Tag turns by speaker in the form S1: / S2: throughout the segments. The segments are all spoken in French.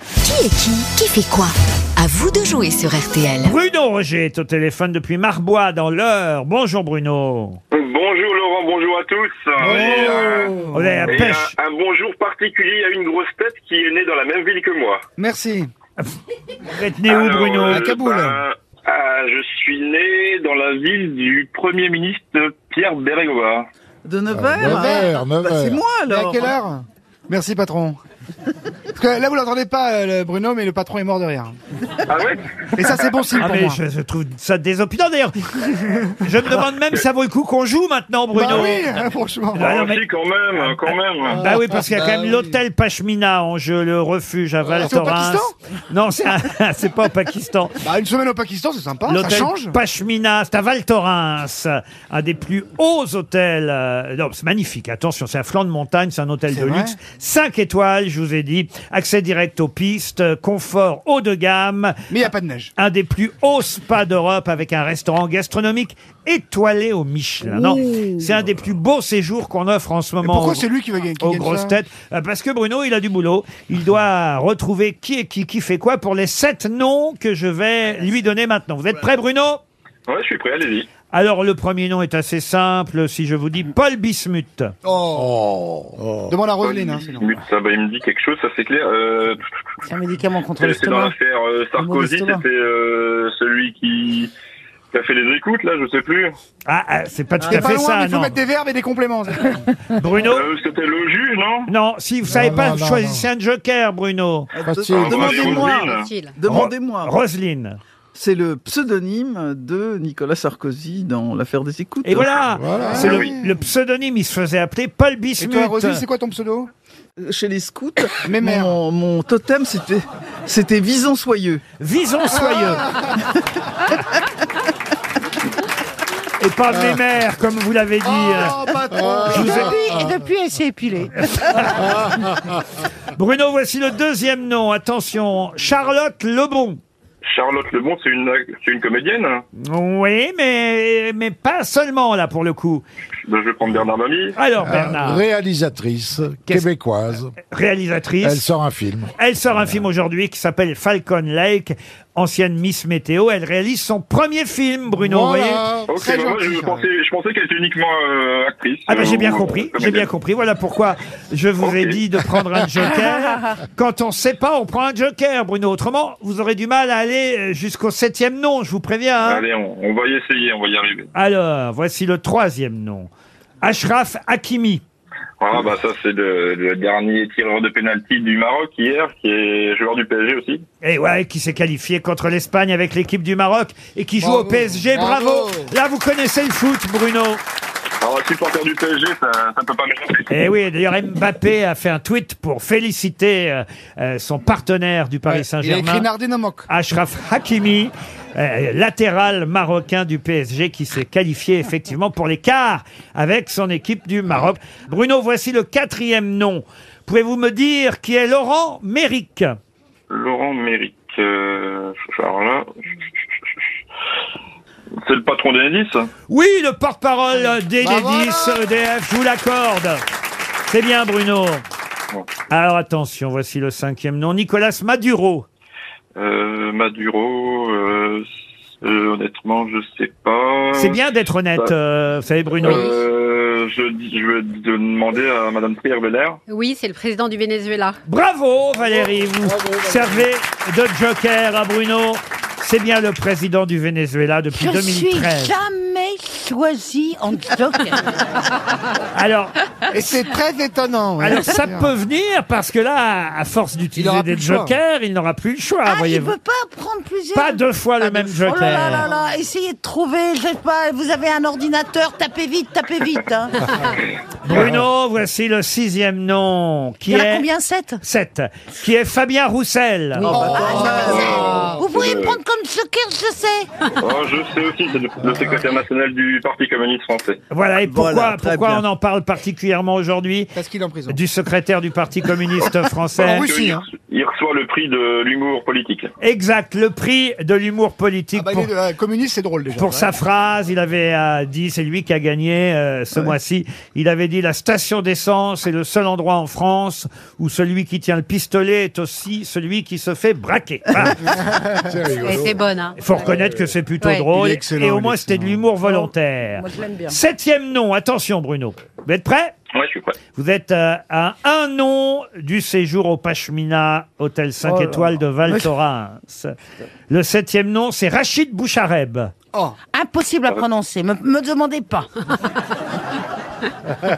S1: Qui est qui Qui fait quoi À vous de jouer sur RTL.
S2: Bruno Roger est au téléphone depuis Marbois dans l'heure. Bonjour Bruno.
S3: Bonjour Laurent, bonjour à tous. Et, euh,
S4: Oh.
S2: On est à
S3: et
S2: pêche.
S3: un, un bonjour particulier à une grosse tête qui est née dans la même ville que moi.
S4: Merci.
S2: Vous êtes né où
S3: Alors,
S2: Bruno
S3: euh,
S4: À Kaboul.
S3: ben, euh, je suis né dans la ville du Premier ministre Pierre Bérégovoy.
S5: De
S4: Ah,
S5: 9h
S4: 9h, 9h.
S5: bah, C'est moi alors
S4: à quelle heure Merci, patron. Parce que là, vous l'entendez pas, euh, le Bruno, mais le patron est mort de rire.
S3: Ah ouais
S4: Et ça, c'est bon signe
S2: Ah
S4: pour
S2: mais
S4: moi.
S2: je, je trouve ça désopilant d'ailleurs. je me demande même si ça vaut le coup qu'on joue maintenant Bruno.
S4: Bah oui, hein, franchement.
S2: Ah non,
S3: Ah,
S2: mais-
S3: si, quand même, quand même.
S2: Bah oui, parce qu'il y a quand même l'hôtel Pachmina en jeu, le refuge à Val
S4: c'est au
S2: Thorens. Non, c'est un- c'est pas au Pakistan.
S4: Bah, une semaine au Pakistan, c'est sympa, ça
S2: L'hôtel
S4: change.
S2: Pachmina, c'est à Val Thorens, un des plus hauts hôtels. euh, non, c'est magnifique. Attention, c'est un flanc de montagne, c'est un hôtel
S4: C'est
S2: de
S4: vrai
S2: luxe. 5 étoiles, je vous ai dit. Accès direct aux pistes, euh, confort haut de gamme.
S4: Mais il n'y a pas de neige.
S2: Un des plus hauts spas d'Europe avec un restaurant gastronomique étoilé au Michelin. Non, c'est un des plus beaux séjours qu'on offre en ce
S4: Mais
S2: moment.
S4: pourquoi
S2: aux-
S4: c'est lui qui veut gagner qui
S2: aux
S4: gagne
S2: grosses
S4: ça
S2: têtes Euh, Parce que Bruno, il a du boulot. Il doit retrouver qui est qui, qui fait quoi pour les sept noms que je vais lui donner maintenant. Vous êtes prêts, Bruno ah.
S3: Ouais, je suis prêt, allez-y.
S2: alors le premier nom est assez simple, si je vous dis Paul Bismuth.
S4: Demande à Roselyne. Hein, sinon.
S3: Mute, ça, bah, il me dit quelque chose, ça c'est clair. Euh,
S5: C'est un médicament contre
S3: c'est dans
S5: l'estomac.
S3: l'affaire euh, Sarkozy,
S5: l'estomac.
S3: c'était euh, celui qui... qui a fait les écoutes, là, je sais plus.
S2: Ah, ah, c'est pas tout
S4: T'es
S2: à
S4: pas
S2: fait
S4: loin, mais
S2: ça,
S4: il faut
S2: non.
S4: mettre des verbes et des compléments.
S2: Bruno
S3: Euh, c'était le juge, non
S2: Non, si vous savez
S6: Non,
S2: pas,
S6: non,
S2: vous
S6: non,
S2: choisissez un joker, Bruno.
S3: Ah, bah,
S5: Euh, Demandez-moi.
S3: Roselyne.
S5: Demandez-moi.
S2: Roselyne.
S5: C'est le pseudonyme de Nicolas Sarkozy dans l'affaire des écoutes.
S2: Et voilà,
S6: Voilà.
S2: c'est
S3: Ah
S2: le,
S3: oui.
S2: le pseudonyme, il se faisait appeler Paul
S4: Et
S2: Bismuth.
S4: toi, Roselyne, c'est quoi ton pseudo
S5: Euh, Chez les scouts,
S4: Mes mères.
S5: mon, mon totem, c'était, c'était Vison Soyeux.
S2: Visons soyeux. Et pas mes mères, comme vous l'avez dit.
S4: Ah, patron
S2: Je vous ai-
S7: Et Oh. depuis, elle s'est épilée.
S2: Bruno, voici le deuxième nom. Attention, Charlotte Lebon.
S3: Charlotte Lebon, c'est une, c'est une comédienne. hein.
S2: Oui, mais, mais pas seulement là pour le coup.
S3: Ben, je vais prendre Bernard Mamie.
S2: Alors Bernard,
S6: Euh, Réalisatrice
S2: Qu'est-ce- Euh,
S6: québécoise. Elle
S2: réalisatrice,
S6: sort un film.
S2: elle sort un film aujourd'hui qui s'appelle Falcon Lake, ancienne Miss Météo. Elle réalise son premier film, Bruno. vous voyez
S6: Voilà.
S3: Ok,
S4: Très
S3: bah, moi,
S4: gentil,
S3: je
S4: Charlotte.
S3: pensais, je pensais qu'elle était uniquement euh, actrice.
S2: Ah ben
S3: euh,
S2: j'ai bien
S3: ou, euh,
S2: compris, j'ai
S3: comédienne.
S2: bien compris. Voilà pourquoi je vous ai
S3: Ok.
S2: dit de prendre un joker. Quand on sait pas, on prend un joker, Bruno. Autrement, vous aurez du mal à aller euh, jusqu'au septième nom, je vous préviens. hein.
S3: Allez, on, on va y essayer, on va y arriver.
S2: Alors, voici le troisième nom. Ashraf Hakimi.
S3: Ah bah ça c'est le, le dernier tireur de pénalty du Maroc hier, qui est joueur du PSG aussi.
S2: Et Eh ouais, qui s'est qualifié contre l'Espagne avec l'équipe du Maroc et qui joue au
S4: Bravo.
S2: PSG. Bravo.
S4: Bravo.
S2: Là, vous connaissez le foot, Bruno.
S3: Alors supporter du PSG, ça, ça peut pas m'échapper.
S2: Et Eh oui, d'ailleurs, Mbappé a fait un tweet pour féliciter euh, euh, son partenaire du Paris
S4: Il a écrit
S2: Saint-Germain,
S4: Nardin Amok.
S2: Ashraf Hakimi, euh, latéral marocain du PSG, qui s'est qualifié effectivement pour les quarts avec son équipe du Maroc. Bruno, voici le quatrième nom. Pouvez-vous me dire qui est Laurent Méric
S3: Laurent Méric, euh, alors là, c'est le patron hein. d'Enedis.
S2: Oui, le porte-parole des
S4: Bravo.
S2: EDF, je vous l'accorde. C'est bien, Bruno.
S3: Bon.
S2: Alors attention, voici le cinquième nom. Nicolas Maduro.
S3: Euh, Maduro, euh, euh, honnêtement je sais pas.
S2: C'est bien d'être honnête,
S3: ça-
S2: euh, vous savez, Bruno.
S3: Euh, je, dis- je vais demander à Madame Trier-Belair.
S7: Oui, c'est le président du Venezuela.
S2: Bravo, Valérie. Vous servez de joker à Bruno. C'est bien le président du Venezuela depuis
S7: Je suis
S2: 2013.
S7: jamais choisi en
S2: Ah,
S7: joker.
S2: Alors,
S4: Et c'est très étonnant. Ah, ouais.
S2: alors ça peut venir parce que là, à force d'utiliser
S4: aura plus
S2: des
S4: le choix.
S2: jokers, il n'aura plus le choix,
S7: Ah, il ne
S2: voyez-vous.
S7: peut pas prendre plusieurs.
S2: Pas deux fois le même
S7: Oh là là là
S2: joker.
S7: là, essayez de trouver, je sais pas, vous avez un ordinateur, tapez vite, tapez vite. hein.
S2: Bruno, voici le sixième nom qui
S7: Il y en a
S2: est
S7: combien 7
S2: 7, qui est Fabien Roussel.
S4: Oh,
S3: Oh,
S7: Vous
S3: c'est
S7: pouvez
S3: le-
S7: me prendre comme Zucker, je sais.
S3: Oh, je sais aussi, c'est le, le secrétaire national du Parti communiste français.
S2: Voilà, et pourquoi,
S5: Voilà, très
S2: pourquoi
S5: bien.
S2: on en parle particulièrement aujourd'hui
S4: Parce qu'il est en prison.
S2: du secrétaire du Parti communiste français
S4: En Russie,
S3: Il,
S4: hein.
S3: il reçoit le prix de l'humour politique.
S2: Exact, le prix de l'humour politique
S4: Ah bah, il
S2: pour,
S4: est, euh, communiste, c'est drôle déjà.
S2: pour sa phrase. Il avait euh, dit, c'est lui qui a gagné euh, ce mois-ci, il avait dit la station d'essence est le seul endroit en France où celui qui tient le pistolet est aussi celui qui se fait braquer. Voilà.
S6: C'est rigolo.
S8: Elle était bonne, hein.
S2: Il faut reconnaître que c'est plutôt
S8: Ouais.
S2: drôle.
S4: Il est excellent,
S2: Et au
S4: il
S2: moins,
S4: est
S2: c'était de
S4: excellent.
S2: l'humour volontaire.
S7: Moi, je l'aime bien.
S2: Septième nom, attention Bruno. Vous êtes prêts
S3: Ouais, je suis prêt.
S2: Vous êtes euh, à un nom du séjour au Pachmina, hôtel 5
S5: Oh là
S2: étoiles de Val Thorens. Le septième nom, c'est Rachid Bouchareb.
S7: Impossible à prononcer, me, me demandez pas.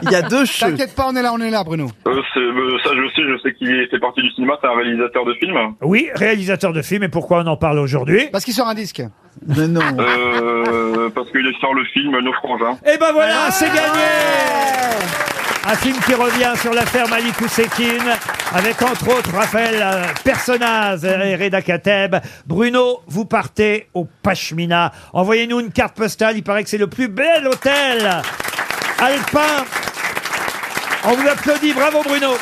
S5: Il y a deux cheveux.
S4: T'inquiète pas, on est là, on est là, Bruno.
S3: Euh, c'est- euh, ça, je sais, je sais qu'il est- fait partie du cinéma, c'est un réalisateur de films.
S2: Oui, réalisateur de film. Et pourquoi on en parle aujourd'hui
S4: Parce qu'il sort un disque.
S5: Mais non.
S3: Euh, parce qu'il est sur le film Naufragin.
S2: Et ben voilà, c'est gagné Un film qui revient sur l'affaire Malik Oussekine, avec entre autres Raphaël euh, Personnaz et Reda Kateb. Bruno, vous partez au Pachmina. Envoyez-nous une carte postale, il paraît que c'est le plus bel hôtel alpin. On vous applaudit, bravo Bruno